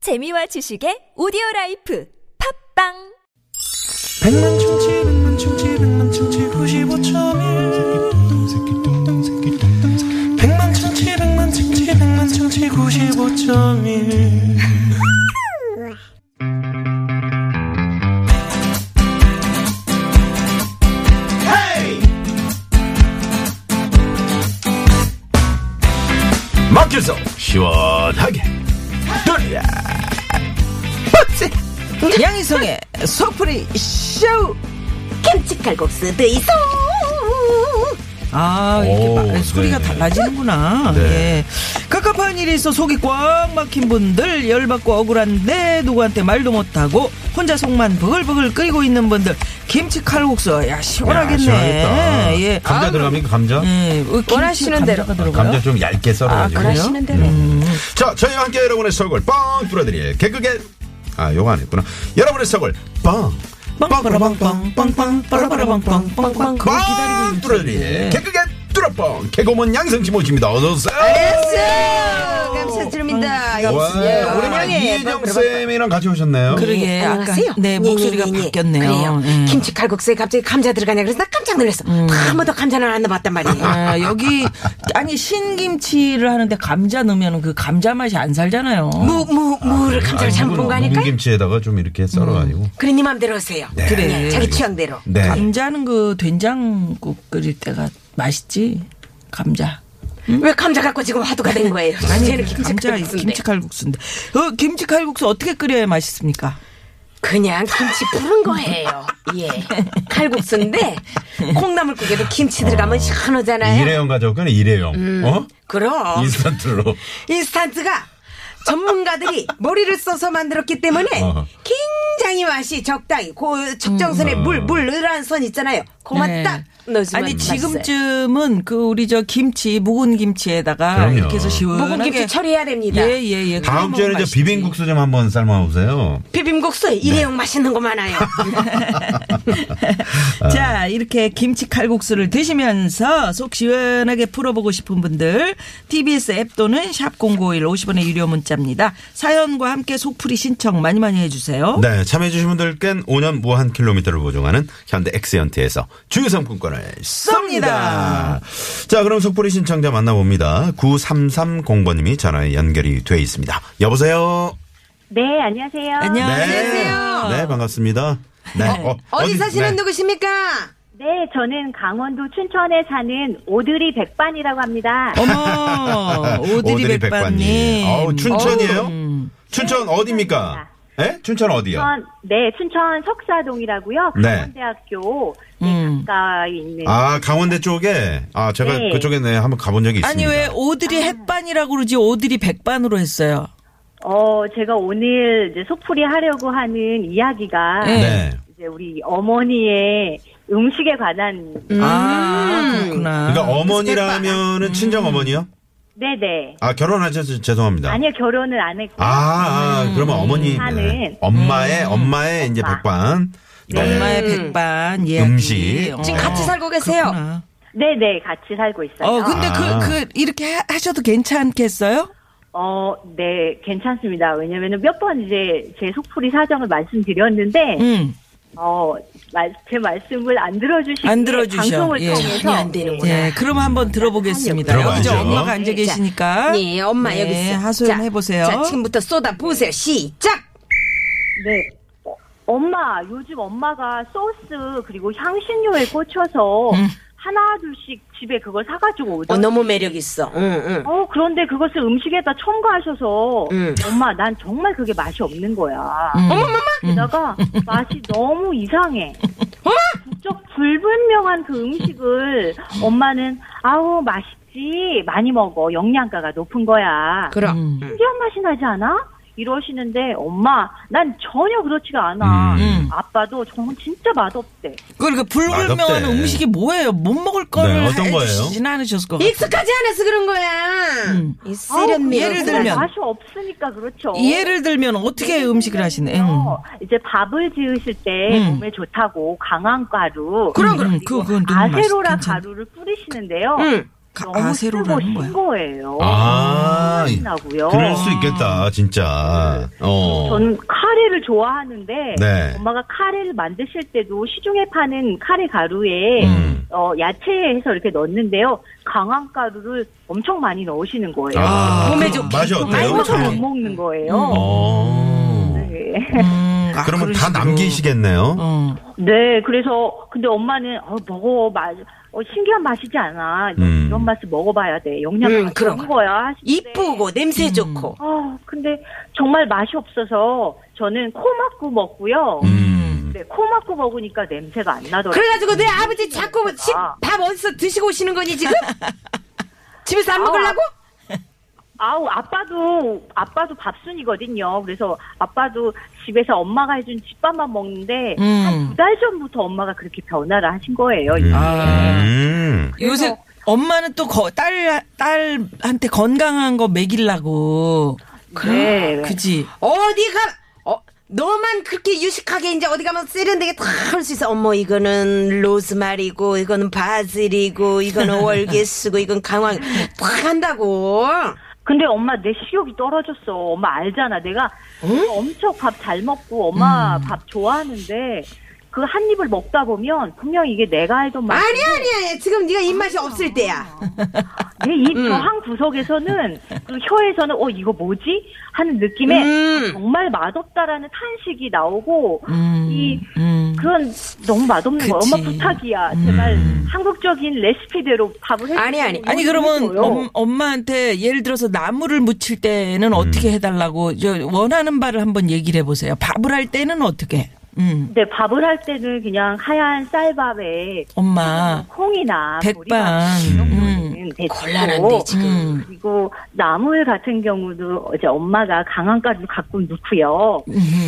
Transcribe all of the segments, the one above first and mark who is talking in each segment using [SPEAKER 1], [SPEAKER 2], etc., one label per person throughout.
[SPEAKER 1] 재미와 지식의 오디오 라이프 팝빵
[SPEAKER 2] 백만 충치 백만 충치 백만 충치 구십오점일 백만 충치 백만 충치 백만 충치 구십오점일
[SPEAKER 3] 막혀서 시원하게 돌려 빡세
[SPEAKER 4] 양희성의 소프리 쇼!
[SPEAKER 5] 깜찍갈국수 드이소
[SPEAKER 4] 아, 이렇게
[SPEAKER 3] 오,
[SPEAKER 4] 마- 소리가
[SPEAKER 3] 네네.
[SPEAKER 4] 달라지는구나.
[SPEAKER 3] 네.
[SPEAKER 4] 예. 갑갑한 일이 있어 속이 꽉 막힌 분들, 열받고 억울한데 누구한테 말도 못하고 혼자 속만 버글버글 끓이고 있는 분들, 김치 칼국수, 야,
[SPEAKER 3] 야,
[SPEAKER 4] 시원하겠네.
[SPEAKER 3] 시원하겠다.
[SPEAKER 4] 예.
[SPEAKER 3] 감자
[SPEAKER 4] 아,
[SPEAKER 3] 들어갑니까 감자? 아,
[SPEAKER 4] 예. 어, 김치
[SPEAKER 5] 원하시는 대로.
[SPEAKER 4] 감자가 들어가요? 아,
[SPEAKER 3] 감자 좀 얇게 썰어가지고
[SPEAKER 5] 원하시는 대로
[SPEAKER 3] 자 저희와 함께 여러분의 속을 뻥 뚫어드릴 개그게 아 요거 안 했구나 여러분의 속을 뻥
[SPEAKER 4] 빵빠라빵빵, 빵빵, 빠라빠라빵빵, 빵빵. 그걸 기다리고
[SPEAKER 3] 뻥
[SPEAKER 4] 있는 예.
[SPEAKER 3] 뚫어드릴
[SPEAKER 4] 중인데.
[SPEAKER 3] 개그게 뚫어뻥 개그맨 양승치 모십니다 어서오세요
[SPEAKER 5] 아, 감사드립니다
[SPEAKER 3] 와,
[SPEAKER 4] 예,
[SPEAKER 3] 오랜만에 이혜정 쌤이랑 같이 오셨네요
[SPEAKER 4] 그러게, 아까,
[SPEAKER 5] 예, 안녕하세요
[SPEAKER 4] 네, 목소리가 바뀌었네요.
[SPEAKER 5] 예. 그래요
[SPEAKER 4] 예.
[SPEAKER 5] 김치칼국수에 갑자기 감자 들어가냐 그래서 나 깜짝 놀랐어
[SPEAKER 4] 음.
[SPEAKER 5] 한 번도 감자는 안 넣어봤단 말이에요
[SPEAKER 4] 아, 여기 아니 신김치를 하는데 감자 넣으면 그 감자 맛이 안 살잖아요.
[SPEAKER 5] 무, 무, 무를 감자를 잘못 본 거 아닐까요?
[SPEAKER 3] 김치에다가 좀 이렇게 썰어가지고
[SPEAKER 5] 그래 니 맘대로 오세요
[SPEAKER 3] 네.
[SPEAKER 4] 그래.
[SPEAKER 5] 네, 자기 취향대로
[SPEAKER 3] 네
[SPEAKER 4] 음. 감자는 그 된장국 끓일 때가 맛있지. 감자.
[SPEAKER 5] 왜 감자 갖고 지금 화두가 된 거예요
[SPEAKER 4] 감자
[SPEAKER 5] 쟤는 김치칼국수인데
[SPEAKER 4] 김치칼국수인데. 어, 김치칼국수 어떻게 끓여야 맛있습니까?
[SPEAKER 5] 그냥 김치 푸른 거예요 예
[SPEAKER 4] 네.
[SPEAKER 5] 칼국수인데 콩나물국에도 김치 들어가면 시원하잖아요
[SPEAKER 3] 일회용 가져올거는 일회용
[SPEAKER 4] 음.
[SPEAKER 3] 어?
[SPEAKER 5] 그럼
[SPEAKER 3] 인스턴트로
[SPEAKER 5] 인스턴트가 전문가들이 머리를 써서 만들었기 때문에
[SPEAKER 3] 어허.
[SPEAKER 5] 굉장히 맛이 적당히 그 적정선에
[SPEAKER 4] 음.
[SPEAKER 5] 물 물 넣으라는 선 있잖아요. 그만 딱 넣어주면
[SPEAKER 4] 네. 아니
[SPEAKER 5] 맛있어요.
[SPEAKER 4] 지금쯤은 그 우리 저 김치 묵은 김치에다가
[SPEAKER 3] 그럼요.
[SPEAKER 4] 이렇게 해서 시원하게
[SPEAKER 5] 묵은 김치 처리해야 됩니다.
[SPEAKER 4] 예예예.
[SPEAKER 3] 다음 주에는 저 비빔국수 좀 한번 삶아보세요.
[SPEAKER 5] 비빔국수
[SPEAKER 4] 네.
[SPEAKER 5] 일회용 맛있는 거 많아요.
[SPEAKER 4] 자, 이렇게 김치 칼국수를 드시면서 속 시원하게 풀어보고 싶은 분들, TBS 앱 또는 샵0951 50원의 유료 문자입니다. 사연과 함께 속풀이 신청 많이 많이 해주세요.
[SPEAKER 3] 네, 참여해주신 분들께는 5년 무한 킬로미터를 보증하는 현대 엑시언트에서 주유상품권을 쏩니다. 자, 그럼 속보리 신청자 만나봅니다. 9330번님이 전화에 연결이 돼 있습니다. 여보세요?
[SPEAKER 6] 네, 안녕하세요.
[SPEAKER 4] 안녕.
[SPEAKER 3] 안녕하세요. 네, 반갑습니다. 네. 어,
[SPEAKER 5] 어디
[SPEAKER 3] 어디-
[SPEAKER 5] 사시는
[SPEAKER 3] 네.
[SPEAKER 5] 누구십니까?
[SPEAKER 6] 네, 저는 강원도 춘천에 사는 오드리 백반이라고 합니다.
[SPEAKER 4] 어머, 오드리 백반님.
[SPEAKER 3] 어우, 춘천이에요?
[SPEAKER 4] 음.
[SPEAKER 3] 춘천 어디입니까? 예? 춘천 어디요?
[SPEAKER 6] 춘천, 네, 춘천 석사동이라고요.
[SPEAKER 3] 네.
[SPEAKER 6] 강원대학교 네,
[SPEAKER 4] 음.
[SPEAKER 6] 가까이 있는.
[SPEAKER 3] 아, 강원대 쪽에? 아, 제가
[SPEAKER 6] 예. 네.
[SPEAKER 3] 그쪽에 네, 한번 가본 적이 있습니다.
[SPEAKER 4] 아니, 왜 오드리 햇반이라고 그러지 오드리 백반으로 했어요?
[SPEAKER 6] 어, 제가 오늘 이제 소풀이 하려고 하는 이야기가
[SPEAKER 4] 네.
[SPEAKER 3] 네.
[SPEAKER 6] 이제 우리 어머니의 음식에 관한.
[SPEAKER 4] 아, 그렇구나.
[SPEAKER 3] 그러니까 어머니라면은 친정 어머니요?
[SPEAKER 6] 네, 네.
[SPEAKER 3] 아 결혼하셔서 죄송합니다.
[SPEAKER 6] 아니요, 결혼을 안 했고.
[SPEAKER 3] 아, 아, 그러면 어머니
[SPEAKER 6] 하는.
[SPEAKER 3] 네. 엄마의 엄마의 이제
[SPEAKER 6] 엄마.
[SPEAKER 3] 백반. 네.
[SPEAKER 4] 엄마의 백반, 예.
[SPEAKER 3] 음식.
[SPEAKER 5] 지금 같이 살고 계세요?
[SPEAKER 6] 네, 네, 같이 살고 있어요.
[SPEAKER 4] 어, 근데
[SPEAKER 3] 아.
[SPEAKER 4] 그, 그, 이렇게 하- 하셔도 괜찮겠어요?
[SPEAKER 6] 어, 네, 괜찮습니다. 왜냐면은 몇 번 이제 제 속풀이 사정을 말씀드렸는데,
[SPEAKER 4] 음.
[SPEAKER 6] 어, 말, 제 말씀을 안 들어주시고
[SPEAKER 4] 안 들어주셔.
[SPEAKER 6] 방송을
[SPEAKER 4] 예.
[SPEAKER 6] 통해서
[SPEAKER 5] 전혀 안 되는구나.
[SPEAKER 4] 예, 그럼 한번 들어보겠습니다.
[SPEAKER 3] 들어봐야죠.
[SPEAKER 4] 여기저 엄마가 앉아 계시니까.
[SPEAKER 5] 자, 아, 예, 엄마
[SPEAKER 4] 네,
[SPEAKER 5] 여기 있어.
[SPEAKER 4] 하소연 해보세요.
[SPEAKER 5] 자, 지금부터 쏟아 보세요. 시작.
[SPEAKER 6] 네. 어, 엄마, 요즘 엄마가 소스 그리고 향신료에 꽂혀서
[SPEAKER 4] 음.
[SPEAKER 6] 하나 둘씩 집에 그걸 사가지고 오죠.
[SPEAKER 5] 어 너무 매력 있어. 응, 응.
[SPEAKER 6] 어, 그런데 그것을 음식에다 첨가하셔서
[SPEAKER 5] 음.
[SPEAKER 6] 엄마, 난 정말 그게 맛이 없는 거야.
[SPEAKER 4] 음.
[SPEAKER 6] 게다가 맛이 너무 이상해.
[SPEAKER 4] 어?
[SPEAKER 6] 부쩍 불분명한 그 음식을 엄마는 아우 맛있지 많이 먹어 영양가가 높은 거야.
[SPEAKER 5] 그럼.
[SPEAKER 4] 음.
[SPEAKER 6] 신기한 맛이 나지 않아? 이러시는데 엄마 난 전혀 그렇지가 않아.
[SPEAKER 3] 음.
[SPEAKER 6] 아빠도 정말 진짜 맛없대.
[SPEAKER 4] 그러니까 불불명한
[SPEAKER 3] 맛없대.
[SPEAKER 4] 음식이 뭐예요? 못 먹을 거를
[SPEAKER 3] 네, 어떤 거예요?
[SPEAKER 4] 해주시진 않으셨을 것 같아요.
[SPEAKER 5] 익숙하지 않아서 그런 거야.
[SPEAKER 4] 음.
[SPEAKER 5] 이 쓰이런 매력.
[SPEAKER 4] 예를 들면.
[SPEAKER 6] 맛이 없으니까 그렇죠.
[SPEAKER 4] 예를 들면 어떻게 음식을 하시네? 요
[SPEAKER 6] 이제 밥을 지으실 때
[SPEAKER 4] 음.
[SPEAKER 6] 몸에 좋다고 강황가루
[SPEAKER 4] 그럼, 그럼. 그건 너무
[SPEAKER 6] 아세로라
[SPEAKER 4] 맛있- 괜찮아. 음.
[SPEAKER 6] 가루를 뿌리시는데요.
[SPEAKER 5] 응.
[SPEAKER 4] 가-
[SPEAKER 6] 너무
[SPEAKER 4] 가세로라는
[SPEAKER 6] 쓰고
[SPEAKER 4] 거야.
[SPEAKER 6] 신 거예요.
[SPEAKER 3] 아,
[SPEAKER 6] 맛이 나고요.
[SPEAKER 3] 그럴 수 있겠다, 진짜. 어.
[SPEAKER 6] 저는 카레를 좋아하는데
[SPEAKER 3] 네.
[SPEAKER 6] 엄마가 카레를 만드실 때도 시중에 파는 카레 가루에
[SPEAKER 3] 음.
[SPEAKER 6] 어, 야채해서 이렇게 넣는데요. 강황 가루를 엄청 많이 넣으시는 거예요.
[SPEAKER 3] 아,
[SPEAKER 5] 몸에
[SPEAKER 3] 그
[SPEAKER 5] 좋게.
[SPEAKER 3] 맛이 어때요?
[SPEAKER 6] 알고서
[SPEAKER 3] 저는. 음.
[SPEAKER 6] 못 먹는 거예요.
[SPEAKER 3] 어.
[SPEAKER 6] 네.
[SPEAKER 4] 음, 아,
[SPEAKER 3] 그러면
[SPEAKER 4] 그런
[SPEAKER 3] 다
[SPEAKER 4] 식으로.
[SPEAKER 3] 남기시겠네요.
[SPEAKER 4] 음.
[SPEAKER 6] 네, 그래서 근데 엄마는 어, 먹어 맛 어, 신기한 맛이지 않아. 이런-
[SPEAKER 3] 음.
[SPEAKER 6] 이런 맛을 먹어봐야 돼. 영양
[SPEAKER 5] 음,
[SPEAKER 6] 음,
[SPEAKER 5] 그런
[SPEAKER 6] 그런 거야. 하시는데
[SPEAKER 5] 이쁘고 냄새
[SPEAKER 4] 음.
[SPEAKER 5] 좋고.
[SPEAKER 6] 아, 근데 정말 맛이 없어서 저는 코 막고 먹고요.
[SPEAKER 3] 음.
[SPEAKER 6] 네, 코 막고 먹으니까 냄새가 안 나더라고요. 음.
[SPEAKER 5] 그래가지고 내 아버지 자꾸 시-
[SPEAKER 6] 아.
[SPEAKER 5] 밥 어디서 드시고 오시는 거니 지금? 집에서 안 먹으려고?
[SPEAKER 6] 아우 아빠도 아빠도 밥순이거든요. 그래서 아빠도 집에서 엄마가 해준 집밥만 먹는데
[SPEAKER 4] 음.
[SPEAKER 6] 한 두 달 전부터 엄마가 그렇게 변화를 하신 거예요.
[SPEAKER 3] 음.
[SPEAKER 4] 아.
[SPEAKER 3] 음.
[SPEAKER 4] 요새 엄마는 또 딸 딸한테 건강한 거 먹이려고.
[SPEAKER 6] 네.
[SPEAKER 5] 아,
[SPEAKER 6] 그래.
[SPEAKER 4] 그지.
[SPEAKER 5] 어디가 어, 너만 그렇게 유식하게 이제 어디 가면 세련되게 다 할 수 있어. 어머 이거는 로즈마리고 이거는 바질이고 이거는 월계수고 이건 강황 다 한다고.
[SPEAKER 6] 근데 엄마 내 식욕이 떨어졌어. 엄마 알잖아. 내가
[SPEAKER 5] 어?
[SPEAKER 6] 엄청 밥 잘 먹고
[SPEAKER 5] 음.
[SPEAKER 6] 엄마 밥 좋아하는데 그 한 입을 먹다 보면 분명 이게 내가 알던 맛.
[SPEAKER 5] 아니 아니야 지금 네가 입맛이 없을 때야.
[SPEAKER 6] 내입
[SPEAKER 4] 음.
[SPEAKER 6] 저항 구석에서는 그 혀에서는 어 이거 뭐지 하는 느낌에 아,
[SPEAKER 5] 음.
[SPEAKER 6] 정말 맛없다라는 탄식이 나오고
[SPEAKER 4] 음.
[SPEAKER 6] 이
[SPEAKER 4] 음.
[SPEAKER 6] 그런 너무 맛없는 거야.
[SPEAKER 4] 그치. 음.
[SPEAKER 6] 엄마 부탁이야. 제발 한국적인 레시피대로 밥을 해.
[SPEAKER 5] 아니, 아니.
[SPEAKER 4] 아니 그러면 엄, 엄마한테 예를 들어서 나물을 무칠 때는 어떻게
[SPEAKER 3] 음.
[SPEAKER 4] 해달라고 저 원하는 바를 한번 얘기를 해보세요. 밥을 할 때는 어떻게? 음.
[SPEAKER 6] 네 밥을 할 때는 그냥 하얀 쌀밥에
[SPEAKER 4] 엄마
[SPEAKER 6] 콩이나
[SPEAKER 4] 백반. 음.
[SPEAKER 5] 곤란한데,
[SPEAKER 6] 고
[SPEAKER 5] 지금.
[SPEAKER 4] 음.
[SPEAKER 6] 뭐, 그리고 나물 같은 경우도 어제 엄마가 강황가루 가끔 넣고요.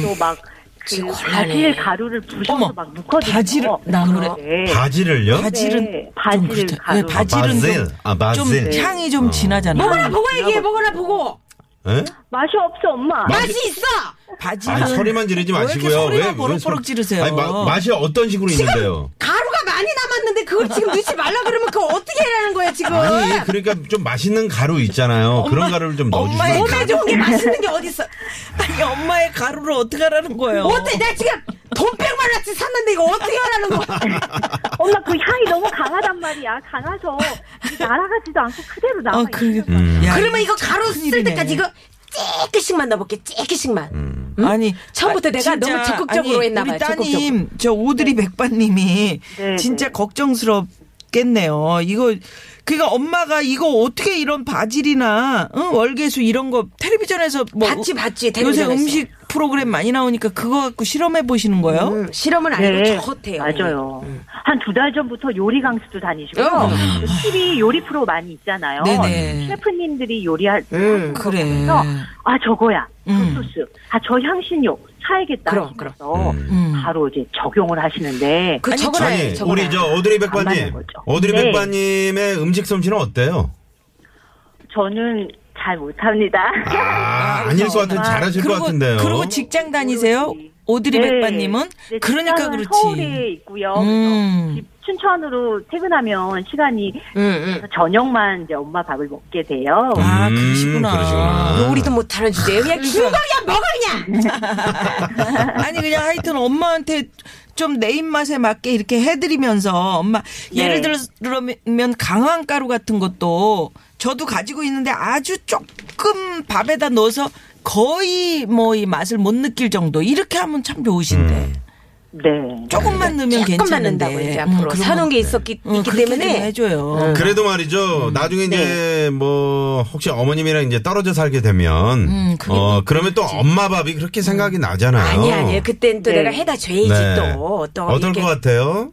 [SPEAKER 6] 또 막 그
[SPEAKER 5] 음. 지금 곤란해.
[SPEAKER 6] 바질 가루를 부셔서
[SPEAKER 4] 어머,
[SPEAKER 6] 막 넣거든요.
[SPEAKER 4] 바질 나물에
[SPEAKER 6] 네.
[SPEAKER 3] 바지를요?
[SPEAKER 4] 바지- 바질은
[SPEAKER 6] 네,
[SPEAKER 4] 좀
[SPEAKER 6] 바질
[SPEAKER 4] 그렇다.
[SPEAKER 6] 가루.
[SPEAKER 4] 네, 바질은
[SPEAKER 3] 바질.
[SPEAKER 4] 좀,
[SPEAKER 3] 아, 바질.
[SPEAKER 4] 좀
[SPEAKER 3] 네.
[SPEAKER 4] 향이 좀 진하잖아.
[SPEAKER 5] 먹어라 보고 얘기해 먹어라 보고
[SPEAKER 3] 예?
[SPEAKER 6] 맛이 없어 엄마.
[SPEAKER 5] 맛이 있어.
[SPEAKER 4] 바질은
[SPEAKER 3] 아니, 소리만 지르지
[SPEAKER 4] 왜 이렇게
[SPEAKER 3] 마시고요.
[SPEAKER 4] 소리만
[SPEAKER 3] 왜- 왜
[SPEAKER 4] 버럭버럭
[SPEAKER 3] 소리-
[SPEAKER 4] 지르세요?
[SPEAKER 3] 아니, 마- 맛이 어떤 식으로 있는데요?
[SPEAKER 5] 가루가 많이 남았는데 그걸 지금 넣지 말라 그러면 그걸 어떻게 해라는 거야 지금?
[SPEAKER 3] 아니, 그러니까 좀 맛있는 가루 있잖아요. 그런 가루를 좀
[SPEAKER 4] 엄마의
[SPEAKER 3] 넣어주시면.
[SPEAKER 4] 가-
[SPEAKER 5] 몸에 좋은 게 맛있는 게 어디 있어?
[SPEAKER 4] 아니 엄마의 가루를 어떻게 하라는 거예요?
[SPEAKER 5] 어때? 내가 지금 돈 100만 원어치 샀는데 이거 어떻게 하라는 거야?
[SPEAKER 6] 엄마 그 향이 너무 강하단 말이야. 강해서 날아가지도 않고 그대로 남아.
[SPEAKER 5] 어,
[SPEAKER 4] 아,
[SPEAKER 6] 있
[SPEAKER 4] 그래.
[SPEAKER 3] 음.
[SPEAKER 4] 야,
[SPEAKER 5] 그러면 이거 가루 쓸
[SPEAKER 4] 큰일이네.
[SPEAKER 5] 때까지 이거 찌끗씩만 넣어볼게. 찌끗씩만.
[SPEAKER 3] 음.
[SPEAKER 4] 아니
[SPEAKER 5] 처음부터 내가
[SPEAKER 4] 진짜,
[SPEAKER 5] 너무 적극적으로
[SPEAKER 4] 아니,
[SPEAKER 5] 했나 봐요,
[SPEAKER 4] 우리 따님
[SPEAKER 5] 적극적으로. 네.
[SPEAKER 4] 저 오드리 백반님이
[SPEAKER 6] 네,
[SPEAKER 4] 진짜
[SPEAKER 6] 네.
[SPEAKER 4] 걱정스럽겠네요. 이거 그러니까 엄마가 이거 어떻게 이런 바질이나 응, 월계수 이런 거 텔레비전에서 뭐
[SPEAKER 5] 봤지, 봤지,
[SPEAKER 4] 요새
[SPEAKER 5] 텔레비전에서.
[SPEAKER 4] 음식 프로그램 많이 나오니까 그거 갖고 실험해 보시는 거예요?
[SPEAKER 5] 음, 실험은 아니고
[SPEAKER 6] 네,
[SPEAKER 5] 저헛해요.
[SPEAKER 6] 맞아요. 한 두 달 전부터 요리 강습도 다니시고요.
[SPEAKER 5] 어.
[SPEAKER 6] 그 TV 요리 프로 많이 있잖아요.
[SPEAKER 4] 네네.
[SPEAKER 6] 셰프님들이 요리할 때
[SPEAKER 5] 음,
[SPEAKER 4] 그래.
[SPEAKER 6] 그래서 아 저거야
[SPEAKER 4] 음.
[SPEAKER 6] 저 소스 아 저 향신료 사야겠다
[SPEAKER 5] 그럼,
[SPEAKER 6] 하면서
[SPEAKER 4] 음.
[SPEAKER 6] 바로 이제 적용을 하시는데
[SPEAKER 5] 그 적어놔요.
[SPEAKER 3] 아니, 우리 저 오드리 백반님.
[SPEAKER 6] 맞는 거죠.
[SPEAKER 3] 오드리
[SPEAKER 6] 네.
[SPEAKER 3] 백반님의 음식 솜씨는 어때요?
[SPEAKER 6] 저는 잘 못합니다.
[SPEAKER 3] 아, 아닐 것 같은 잘하실 것
[SPEAKER 4] 그리고
[SPEAKER 3] 같은데요.
[SPEAKER 4] 그리고 직장 다니세요?
[SPEAKER 6] 모르지.
[SPEAKER 4] 오드리
[SPEAKER 6] 네.
[SPEAKER 4] 백반님은
[SPEAKER 6] 네,
[SPEAKER 4] 그러니까
[SPEAKER 6] 직장은
[SPEAKER 4] 그렇지.
[SPEAKER 6] 서울에 있고요.
[SPEAKER 4] 음. 음,
[SPEAKER 6] 그래서 집 춘천으로 퇴근하면 시간이
[SPEAKER 5] 응,
[SPEAKER 6] 저녁만 이제 엄마 밥을 먹게 돼요.
[SPEAKER 4] 아,
[SPEAKER 3] 음,
[SPEAKER 4] 그러시구나.
[SPEAKER 5] 응.
[SPEAKER 3] 그러시구나.
[SPEAKER 5] 요리도 못하는 주제에 그냥
[SPEAKER 4] 그러니까
[SPEAKER 5] 뭐. 기운 거 그냥 먹어 그냥.
[SPEAKER 4] 아니 그냥 하여튼 엄마한테 좀 내 입맛에 맞게 이렇게 해드리면서 엄마
[SPEAKER 5] 네.
[SPEAKER 4] 예를 들면 강황가루 같은 것도 저도 가지고 있는데 아주 조금 밥에다 넣어서 거의 뭐 이 맛을 못 느낄 정도 이렇게 하면 참 좋으신데
[SPEAKER 3] 음.
[SPEAKER 6] 네.
[SPEAKER 4] 조금만 넣으면
[SPEAKER 5] 조금만
[SPEAKER 4] 괜찮은데 음,
[SPEAKER 5] 넣는다고 이제 앞으로
[SPEAKER 4] 그런
[SPEAKER 5] 사놓은
[SPEAKER 4] 거-
[SPEAKER 5] 게 있었기
[SPEAKER 4] 응,
[SPEAKER 5] 있기
[SPEAKER 4] 그렇게 좀
[SPEAKER 5] 때문에
[SPEAKER 4] 해줘요.
[SPEAKER 3] 그래도
[SPEAKER 4] 음.
[SPEAKER 3] 말이죠. 나중에
[SPEAKER 4] 네.
[SPEAKER 3] 이제 뭐 혹시 어머님이랑 이제 떨어져 살게 되면
[SPEAKER 4] 음, 그게 음.
[SPEAKER 3] 어 그러면 또 엄마 밥이 그렇게 생각이 나잖아요.
[SPEAKER 5] 아니 아니 그땐 또
[SPEAKER 6] 네.
[SPEAKER 5] 내가 해다 줘야지 또. 또
[SPEAKER 3] 어떨
[SPEAKER 5] 이렇게
[SPEAKER 3] 것 같아요?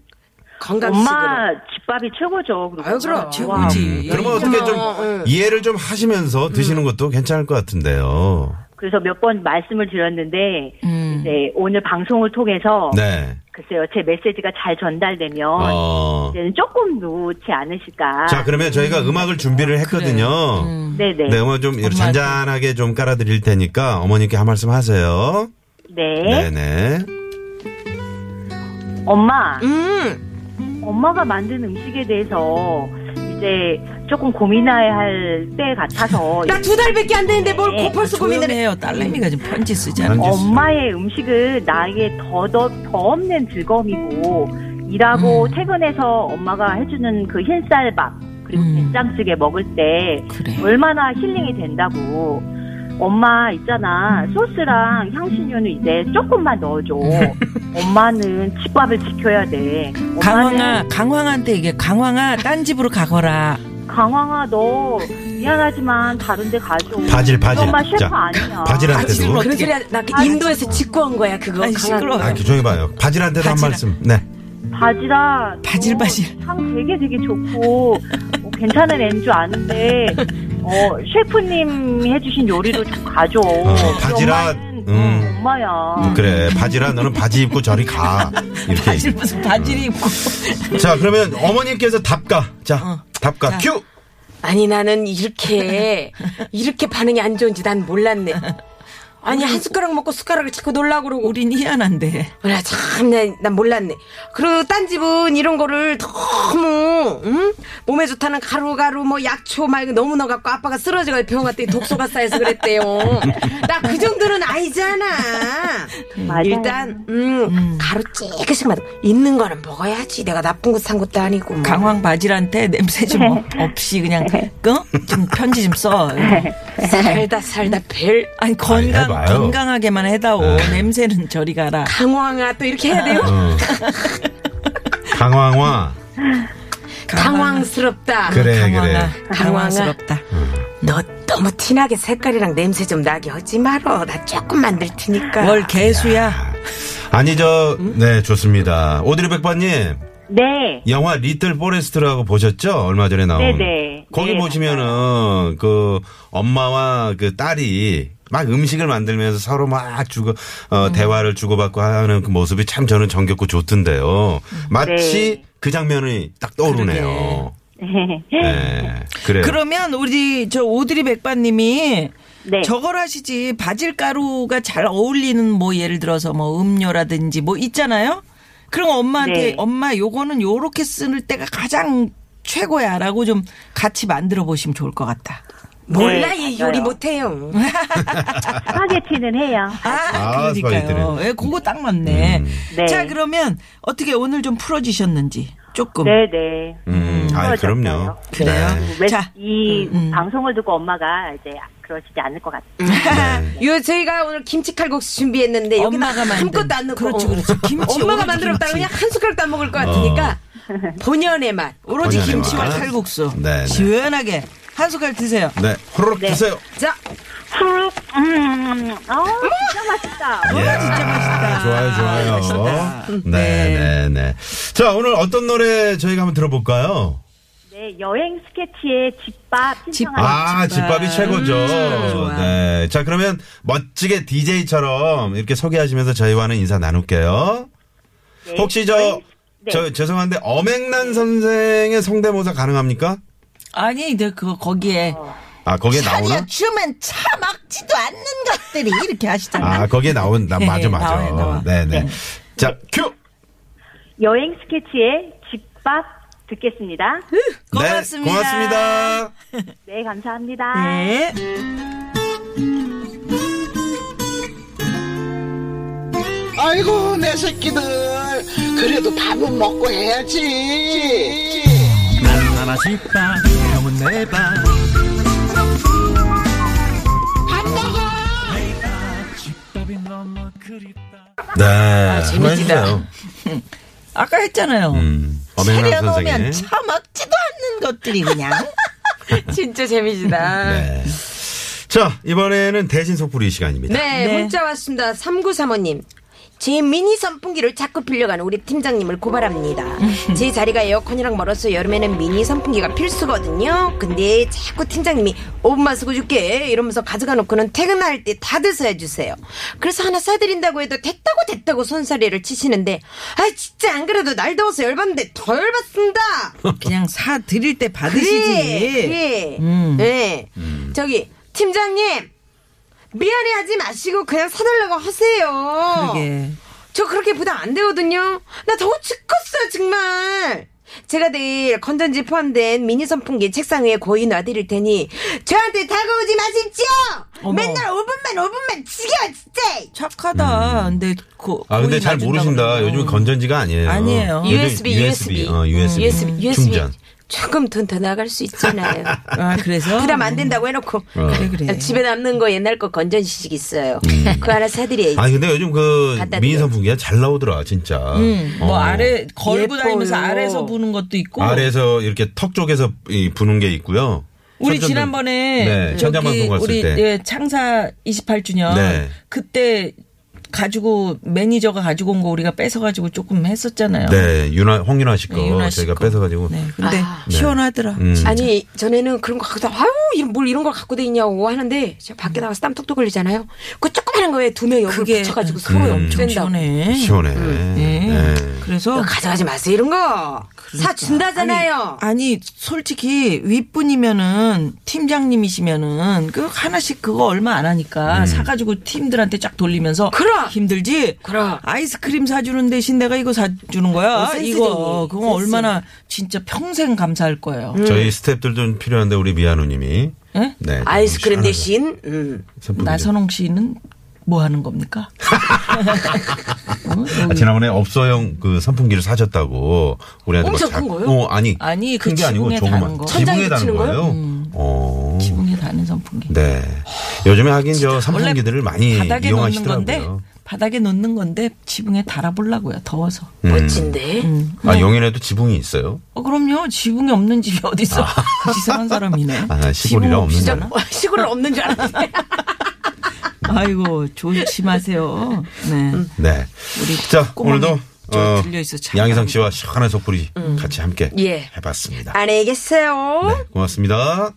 [SPEAKER 5] 건강식으로.
[SPEAKER 6] 엄마 집밥이 최고죠. 그리고
[SPEAKER 5] 아유, 그럼.
[SPEAKER 6] 와,
[SPEAKER 4] 최고지.
[SPEAKER 3] 음, 그러면 어떻게 좀
[SPEAKER 5] 응.
[SPEAKER 3] 이해를 좀 하시면서 드시는 것도 괜찮을 것 같은데요.
[SPEAKER 6] 그래서 몇 번 말씀을 드렸는데
[SPEAKER 4] 음.
[SPEAKER 6] 이제 오늘 방송을 통해서
[SPEAKER 3] 네.
[SPEAKER 6] 글쎄요 제 메시지가 잘 전달되면
[SPEAKER 3] 어.
[SPEAKER 6] 이제는 조금 놓지 않으실까.
[SPEAKER 3] 자 그러면 저희가 음악을 준비를 했거든요.
[SPEAKER 6] 네네.
[SPEAKER 3] 네, 음악 좀 이렇게
[SPEAKER 4] 엄마한테.
[SPEAKER 3] 잔잔하게 좀 깔아드릴 테니까 어머님께 한 말씀 하세요.
[SPEAKER 6] 네.
[SPEAKER 3] 네네.
[SPEAKER 6] 엄마.
[SPEAKER 5] 음.
[SPEAKER 6] 엄마가 만든 음식에 대해서 이제 조금 고민해야 할 때 같아서
[SPEAKER 5] 나 두 달밖에 안 되는데 뭘
[SPEAKER 6] 네.
[SPEAKER 5] 고- 벌써 고민을 해.
[SPEAKER 4] 조용해요. 딸내미가 지금 편지 쓰잖아.
[SPEAKER 3] 편지 쓰죠.
[SPEAKER 6] 엄마의 음식은 나에게 더더 더 없는 즐거움이고 일하고 퇴근해서 엄마가 해주는 그 흰쌀밥 그리고
[SPEAKER 4] 음.
[SPEAKER 6] 된장찌개 먹을 때
[SPEAKER 4] 그래.
[SPEAKER 6] 얼마나 힐링이 된다고. 엄마 있잖아 소스랑 향신료는 이제 조금만 넣어줘. 엄마는 집밥을 지켜야 돼. 엄마는
[SPEAKER 4] 강황아, 강황한테 이게 강황아, 딴 집으로 가거라.
[SPEAKER 6] 강황아 너 미안하지만 다른데 가줘.
[SPEAKER 3] 바질, 바질.
[SPEAKER 6] 엄마 셰프
[SPEAKER 3] 자,
[SPEAKER 6] 아니야.
[SPEAKER 3] 바질한테도.
[SPEAKER 5] 그런 소리 하- 나 인도에서 직구 온 거야 그거.
[SPEAKER 4] 아, 아니,
[SPEAKER 5] 강한
[SPEAKER 4] 시끄러워.
[SPEAKER 5] 거.
[SPEAKER 3] 아, 조용해봐요. 바질한테도 한
[SPEAKER 4] 바질아.
[SPEAKER 3] 말씀. 네.
[SPEAKER 6] 바지라
[SPEAKER 4] 바질,
[SPEAKER 6] 어,
[SPEAKER 4] 바질.
[SPEAKER 6] 향 되게 되게 좋고 어, 괜찮은 앤 줄 아는데 어 셰프님 해주신 요리도 좀 가져. 우리
[SPEAKER 3] 바지라,
[SPEAKER 6] 엄마는 어,
[SPEAKER 3] 음.
[SPEAKER 6] 엄마야.
[SPEAKER 3] 그래, 바질아, 너는 바지 입고 저리 가. 이렇게.
[SPEAKER 4] 바질 무슨 바질이 입고.
[SPEAKER 3] 자, 그러면 어머님께서 답가. 자,
[SPEAKER 4] 어.
[SPEAKER 3] 답가
[SPEAKER 4] 자.
[SPEAKER 3] 큐!
[SPEAKER 5] 아니 나는 이렇게 이렇게 반응이 안 좋은지 난 몰랐네. 아니 한 숟가락 먹고 숟가락을 자꾸 놀라 그러고
[SPEAKER 4] 우린 희한한데.
[SPEAKER 5] 그래 참난 난 몰랐네. 그리고 딴 집은 이런 거를 너무 응? 몸에 좋다는 가루가루 뭐 약초 말고 너무 넣어갖고 아빠가 쓰러져가 병 갔더니 독소가 쌓여서 그랬대요. 나 그 정도는 아니잖아.
[SPEAKER 6] 맞아요.
[SPEAKER 5] 일단 음, 가루 찌그씩만 있는 거는 먹어야지. 내가 나쁜 거 산 것도 아니고. 뭐.
[SPEAKER 4] 강황 바질한테 냄새
[SPEAKER 5] 네.
[SPEAKER 4] 좀 없- 없이 그냥, 어? 좀 편지 좀 써.
[SPEAKER 5] 네. 살다 살다 별
[SPEAKER 4] 아니, 건강,
[SPEAKER 3] 해봐요. 네.
[SPEAKER 4] 건강하게만 해다오.
[SPEAKER 3] 에.
[SPEAKER 4] 냄새는 저리 가라.
[SPEAKER 5] 강황아 또 이렇게 해야 돼요?
[SPEAKER 3] 어. 강황화.
[SPEAKER 5] 당황스럽다.
[SPEAKER 3] 그래,
[SPEAKER 4] 어, 강황아,
[SPEAKER 3] 그래.
[SPEAKER 4] 강황스럽다.
[SPEAKER 5] 너 너무 티나게 색깔이랑 냄새 좀 나게 하지 말어. 나 조금 만들 테니까.
[SPEAKER 4] 월 개수야.
[SPEAKER 3] 아니, 저, 네, 좋습니다. 오드리 백반님,
[SPEAKER 6] 네.
[SPEAKER 3] 영화 리틀 포레스트라고 보셨죠? 얼마 전에 나온.
[SPEAKER 6] 네네.
[SPEAKER 3] 거기
[SPEAKER 6] 네,
[SPEAKER 3] 보시면은 그 엄마와 그 딸이 막 음식을 만들면서 서로 막 주고 어, 대화를 주고받고 하는 그 모습이 참 저는 정겹고 좋던데요. 마치
[SPEAKER 6] 네.
[SPEAKER 3] 그 장면이 딱 떠오르네요. 네. 그래요.
[SPEAKER 4] 그러면 우리 저 오드리 백반님이
[SPEAKER 6] 네.
[SPEAKER 4] 저걸 하시지 바질가루가 잘 어울리는 뭐 예를 들어서 뭐 음료라든지 뭐 있잖아요. 그럼 엄마한테
[SPEAKER 6] 네.
[SPEAKER 4] 엄마 요거는 요렇게 쓸 때가 가장 최고야라고 좀 같이 만들어 보시면 좋을 것 같다.
[SPEAKER 5] 몰라
[SPEAKER 6] 네,
[SPEAKER 5] 얘
[SPEAKER 6] 맞아요.
[SPEAKER 5] 요리 못해요.
[SPEAKER 6] 스파게티는 해요.
[SPEAKER 4] 아,
[SPEAKER 3] 아, 음.
[SPEAKER 4] 그러니까요.
[SPEAKER 3] 스파게티네.
[SPEAKER 4] 예, 그거 딱 맞네.
[SPEAKER 6] 네.
[SPEAKER 4] 자, 그러면 어떻게 오늘 좀 풀어지셨는지 조금.
[SPEAKER 6] 네네.
[SPEAKER 3] 음, 아, 그럼요. 네.
[SPEAKER 6] 떨어졌어요.
[SPEAKER 4] 그래요?
[SPEAKER 6] 왜
[SPEAKER 4] 자. 음,
[SPEAKER 6] 이 방송을 듣고 엄마가 이제 그러시지 않을 것 같아요.
[SPEAKER 3] 네.
[SPEAKER 5] 요 저희가 오늘 김치 칼국수 준비했는데 여기
[SPEAKER 4] 엄마가 만든.
[SPEAKER 5] 아무것도 안 넣고 어,
[SPEAKER 4] 그렇지, 그렇지. 김치,
[SPEAKER 5] 엄마가
[SPEAKER 4] 오로지
[SPEAKER 5] 만들었다
[SPEAKER 4] 김치. 어.
[SPEAKER 5] 그냥 한 숟가락도 안 먹을 것 같으니까 본연의 맛.
[SPEAKER 4] 오로지
[SPEAKER 3] 본연의
[SPEAKER 4] 김치와
[SPEAKER 3] 맛.
[SPEAKER 4] 칼국수.
[SPEAKER 3] 네, 네.
[SPEAKER 4] 시원하게 한 숟갈 드세요.
[SPEAKER 3] 네. 호로록 드세요.
[SPEAKER 5] 자
[SPEAKER 6] 후, 음, 어, 진짜 맛있다.
[SPEAKER 3] 이야,
[SPEAKER 4] 아, 진짜 맛있다.
[SPEAKER 3] 예. 좋아요,
[SPEAKER 4] 맛있다.
[SPEAKER 3] 좋아요. 네, 네, 네. 자, 오늘 어떤 노래 저희가 한번 들어볼까요?
[SPEAKER 6] 네, 여행 스케치의 집밥 신청합니다.
[SPEAKER 3] 아,
[SPEAKER 4] 집밥.
[SPEAKER 3] 집밥이 최고죠.
[SPEAKER 4] 음, 좋아.
[SPEAKER 3] 네. 자, 그러면 멋지게 DJ처럼 이렇게 소개하시면서 저희와는 인사 나눌게요.
[SPEAKER 6] 네,
[SPEAKER 3] 혹시 저,
[SPEAKER 6] 여행 네.
[SPEAKER 3] 저, 죄송한데, 엄앵란 선생의 성대모사 가능합니까?
[SPEAKER 4] 아니, 이제 그거 거기에
[SPEAKER 3] 아, 거기에 나오나?
[SPEAKER 4] 주면 차 막지도 않는 것들이 이렇게 하시잖아.
[SPEAKER 3] 아, 거기에 나온, 나,
[SPEAKER 4] 네,
[SPEAKER 3] 맞아,
[SPEAKER 4] 나와요,
[SPEAKER 3] 맞아.
[SPEAKER 4] 나와.
[SPEAKER 3] 네네. 자, 큐!
[SPEAKER 6] 여행 스케치의 집밥 듣겠습니다.
[SPEAKER 4] 고맙습니다.
[SPEAKER 3] 네, 고맙습니다.
[SPEAKER 6] 네, 감사합니다.
[SPEAKER 4] 네.
[SPEAKER 7] 아이고 내 새끼들 그래도 밥은 먹고 해야지
[SPEAKER 8] 나는 하나 집밥 형은 내밥
[SPEAKER 7] 밥 먹어
[SPEAKER 8] 집밥이 너무 그립다
[SPEAKER 4] 아,
[SPEAKER 3] 네.
[SPEAKER 5] 재밌다.
[SPEAKER 3] 고맙습니다.
[SPEAKER 4] 아까 했잖아요.
[SPEAKER 3] 음,
[SPEAKER 4] 차려
[SPEAKER 3] 엄앵란
[SPEAKER 4] 놓으면
[SPEAKER 3] 선생의.
[SPEAKER 4] 차 막지도 않는 것들이 그냥.
[SPEAKER 5] 진짜 재미지다. 네.
[SPEAKER 3] 네. 자, 이번에는 대신 속풀이 시간입니다.
[SPEAKER 4] 네.
[SPEAKER 5] 문자 왔습니다. 3935님. 제 미니 선풍기를 자꾸 빌려가는 우리 팀장님을 고발합니다. 제 자리가 에어컨이랑 멀어서 여름에는 미니 선풍기가 필수거든요. 근데 자꾸 팀장님이 엄마 쓰고 줄게 이러면서 가져가 놓고는 퇴근할 때 다들 사야 주세요. 그래서 하나 사드린다고 해도 됐다고 됐다고 손사래를 치시는데 아 진짜 안 그래도 날 더워서 열받는데 더 열받습니다.
[SPEAKER 4] 그냥 사 드릴 때
[SPEAKER 5] 그래,
[SPEAKER 4] 받으시지.
[SPEAKER 5] 그래.
[SPEAKER 4] 음.
[SPEAKER 5] 네. 저기 팀장님 미안해하지 마시고 그냥 사달라고 하세요.
[SPEAKER 4] 그러게.
[SPEAKER 5] 저 그렇게 부담 안 되거든요. 나 더워 죽겠어요 정말. 제가 내일 건전지 포함된 미니 선풍기 책상 위에 고이 놔드릴 테니 저한테 다가오지 마십시오.
[SPEAKER 4] 어머.
[SPEAKER 5] 맨날 5분만 5분만 지겨 진짜.
[SPEAKER 4] 착하다. 근데 그
[SPEAKER 3] 아 근데
[SPEAKER 4] 거의
[SPEAKER 3] 잘
[SPEAKER 4] 놔준다
[SPEAKER 3] 모르신다.
[SPEAKER 4] 그러네요.
[SPEAKER 3] 요즘 건전지가 아니에요.
[SPEAKER 4] 아니에요. 음,
[SPEAKER 3] 요즘
[SPEAKER 5] USB USB
[SPEAKER 3] 어, USB. 충전.
[SPEAKER 5] 조금 돈 더 나갈 수 있잖아요.
[SPEAKER 4] 아 그래서
[SPEAKER 5] 부담 안 된다고 해놓고
[SPEAKER 4] 그래 그래.
[SPEAKER 5] 집에 남는 거 옛날 거 건전지식 있어요. 그거 하나 사드려야지.
[SPEAKER 3] 아니 근데 요즘 그
[SPEAKER 5] 갖다
[SPEAKER 3] 미니
[SPEAKER 5] 드려.
[SPEAKER 3] 선풍기가 잘 나오더라 진짜.
[SPEAKER 4] 뭐 아래 걸고
[SPEAKER 5] 예뻐요.
[SPEAKER 4] 다니면서 아래에서 보는 것도 있고
[SPEAKER 3] 어. 아래에서 이렇게 턱 쪽에서 이 부는 게 있고요.
[SPEAKER 4] 우리
[SPEAKER 3] 선전등-
[SPEAKER 4] 지난번에
[SPEAKER 3] 네,
[SPEAKER 4] 저기
[SPEAKER 3] 천장방송 갔을
[SPEAKER 4] 우리
[SPEAKER 3] 때.
[SPEAKER 4] 예, 창사 28주년
[SPEAKER 3] 네.
[SPEAKER 4] 그때 가지고 매니저가 가지고 온 거 우리가 뺏어 가지고 조금 했었잖아요.
[SPEAKER 3] 네, 윤아 홍윤아 씨 거
[SPEAKER 4] 네, 윤아 씨
[SPEAKER 3] 저희가
[SPEAKER 4] 거.
[SPEAKER 3] 뺏어가지고.
[SPEAKER 4] 네, 근데 시원하더라.
[SPEAKER 3] 음.
[SPEAKER 5] 아니 전에는 그런 거 갖고 다 아유 이런- 뭘 이런 걸 갖고 다니냐고 하는데 제가 밖에 나가서 땀 톡톡 흘리잖아요. 그 조그마한 거에 두 명 옆을
[SPEAKER 4] 그게
[SPEAKER 5] 붙여가지고 서로
[SPEAKER 4] 엄청
[SPEAKER 5] 옆된다.
[SPEAKER 4] 시원해.
[SPEAKER 3] 시원해.
[SPEAKER 4] 예.
[SPEAKER 3] 네.
[SPEAKER 4] 그래서
[SPEAKER 5] 가져가지 마세요 이런 거.
[SPEAKER 4] 그러니까.
[SPEAKER 5] 사 준다잖아요.
[SPEAKER 4] 아니 솔직히 윗분이면은 팀장님이시면은 그 하나씩 그거 얼마 안 하니까
[SPEAKER 3] 음.
[SPEAKER 4] 사가지고 팀들한테 쫙 돌리면서
[SPEAKER 5] 그럼.
[SPEAKER 4] 힘들지.
[SPEAKER 5] 그럼.
[SPEAKER 4] 아이스크림 사주는 대신 내가 이거 사주는 거야.
[SPEAKER 5] 어, 센스쟁이.
[SPEAKER 4] 이거 그거
[SPEAKER 5] 센스.
[SPEAKER 4] 얼마나 진짜 평생 감사할 거예요.
[SPEAKER 3] 저희 스탭들 좀 필요한데 우리 미아누님이.
[SPEAKER 4] 예?
[SPEAKER 3] 네. 좀
[SPEAKER 5] 아이스크림
[SPEAKER 3] 시원하게
[SPEAKER 5] 대신 음.
[SPEAKER 3] 선풍기 좀.
[SPEAKER 4] 나선홍 씨는 뭐 하는 겁니까? 음.
[SPEAKER 3] 아, 지난번에 업소형 그 선풍기를 사셨다고 우리한테
[SPEAKER 5] 엄청
[SPEAKER 3] 막 자-
[SPEAKER 5] 큰 거요?
[SPEAKER 3] 어, 아니,
[SPEAKER 4] 아니,
[SPEAKER 3] 큰
[SPEAKER 4] 그
[SPEAKER 3] 게 아니고
[SPEAKER 4] 지붕에 다는
[SPEAKER 3] 조그만
[SPEAKER 4] 거.
[SPEAKER 5] 천장에
[SPEAKER 3] 지붕에 다는
[SPEAKER 5] 붙이는 거요?
[SPEAKER 3] 거예요. 어.
[SPEAKER 4] 지붕에 다는 선풍기.
[SPEAKER 3] 네. 요즘에 하긴 저 선풍기들을 예, 많이
[SPEAKER 4] 바닥에 놓는 건데
[SPEAKER 3] 이용하시더라고요.
[SPEAKER 4] 바닥에 놓는 건데 지붕에 달아보려고요. 더워서.
[SPEAKER 3] 음.
[SPEAKER 5] 멋진데.
[SPEAKER 4] 음. 네.
[SPEAKER 3] 아 용인에도 지붕이 있어요?
[SPEAKER 4] 어, 그럼요. 지붕이 없는 집이 어딨어. 이상한 사람이네.
[SPEAKER 3] 아, 시골이라
[SPEAKER 4] 지붕
[SPEAKER 3] 없는
[SPEAKER 4] 없이잖아.
[SPEAKER 5] 시골은 없는 줄 알았는데.
[SPEAKER 4] 아이고, 조심하세요. 네.
[SPEAKER 3] 네.
[SPEAKER 4] 우리
[SPEAKER 3] 자
[SPEAKER 4] 꼬마님
[SPEAKER 3] 오늘도
[SPEAKER 4] 저
[SPEAKER 3] 어,
[SPEAKER 4] 들려 있어 참. 음.
[SPEAKER 3] 양희성 씨와 시원한 속풀이 같이 함께
[SPEAKER 5] 예.
[SPEAKER 3] 해봤습니다.
[SPEAKER 5] 안녕히 계세요.
[SPEAKER 3] 네, 고맙습니다.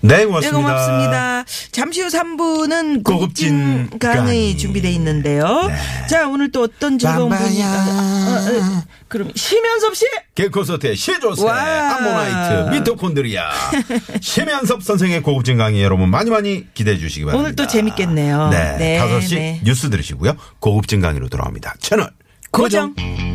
[SPEAKER 3] 네
[SPEAKER 4] 네,
[SPEAKER 3] 고맙습니다.
[SPEAKER 4] 고맙습니다. 잠시 후 3부는
[SPEAKER 3] 고급진 네.
[SPEAKER 4] 고급진 강의
[SPEAKER 3] 강의.
[SPEAKER 4] 준비돼 있는데요. 자, 오늘 또 어떤 즐거운 분이. 아, 아, 아, 그럼 심현섭 씨!
[SPEAKER 3] 개콘서트의 시조세
[SPEAKER 4] 와.
[SPEAKER 3] 아모나이트 미토콘드리아 심현섭 선생의 고급진 강의 여러분 많이 많이 기대해 주시기 바랍니다.
[SPEAKER 4] 오늘 또 재밌겠네요.
[SPEAKER 3] 네,
[SPEAKER 4] 네,
[SPEAKER 3] 5시
[SPEAKER 4] 네.
[SPEAKER 3] 뉴스 들으시고요. 고급진 강의로 돌아옵니다. 채널
[SPEAKER 4] 고정.
[SPEAKER 3] 고정.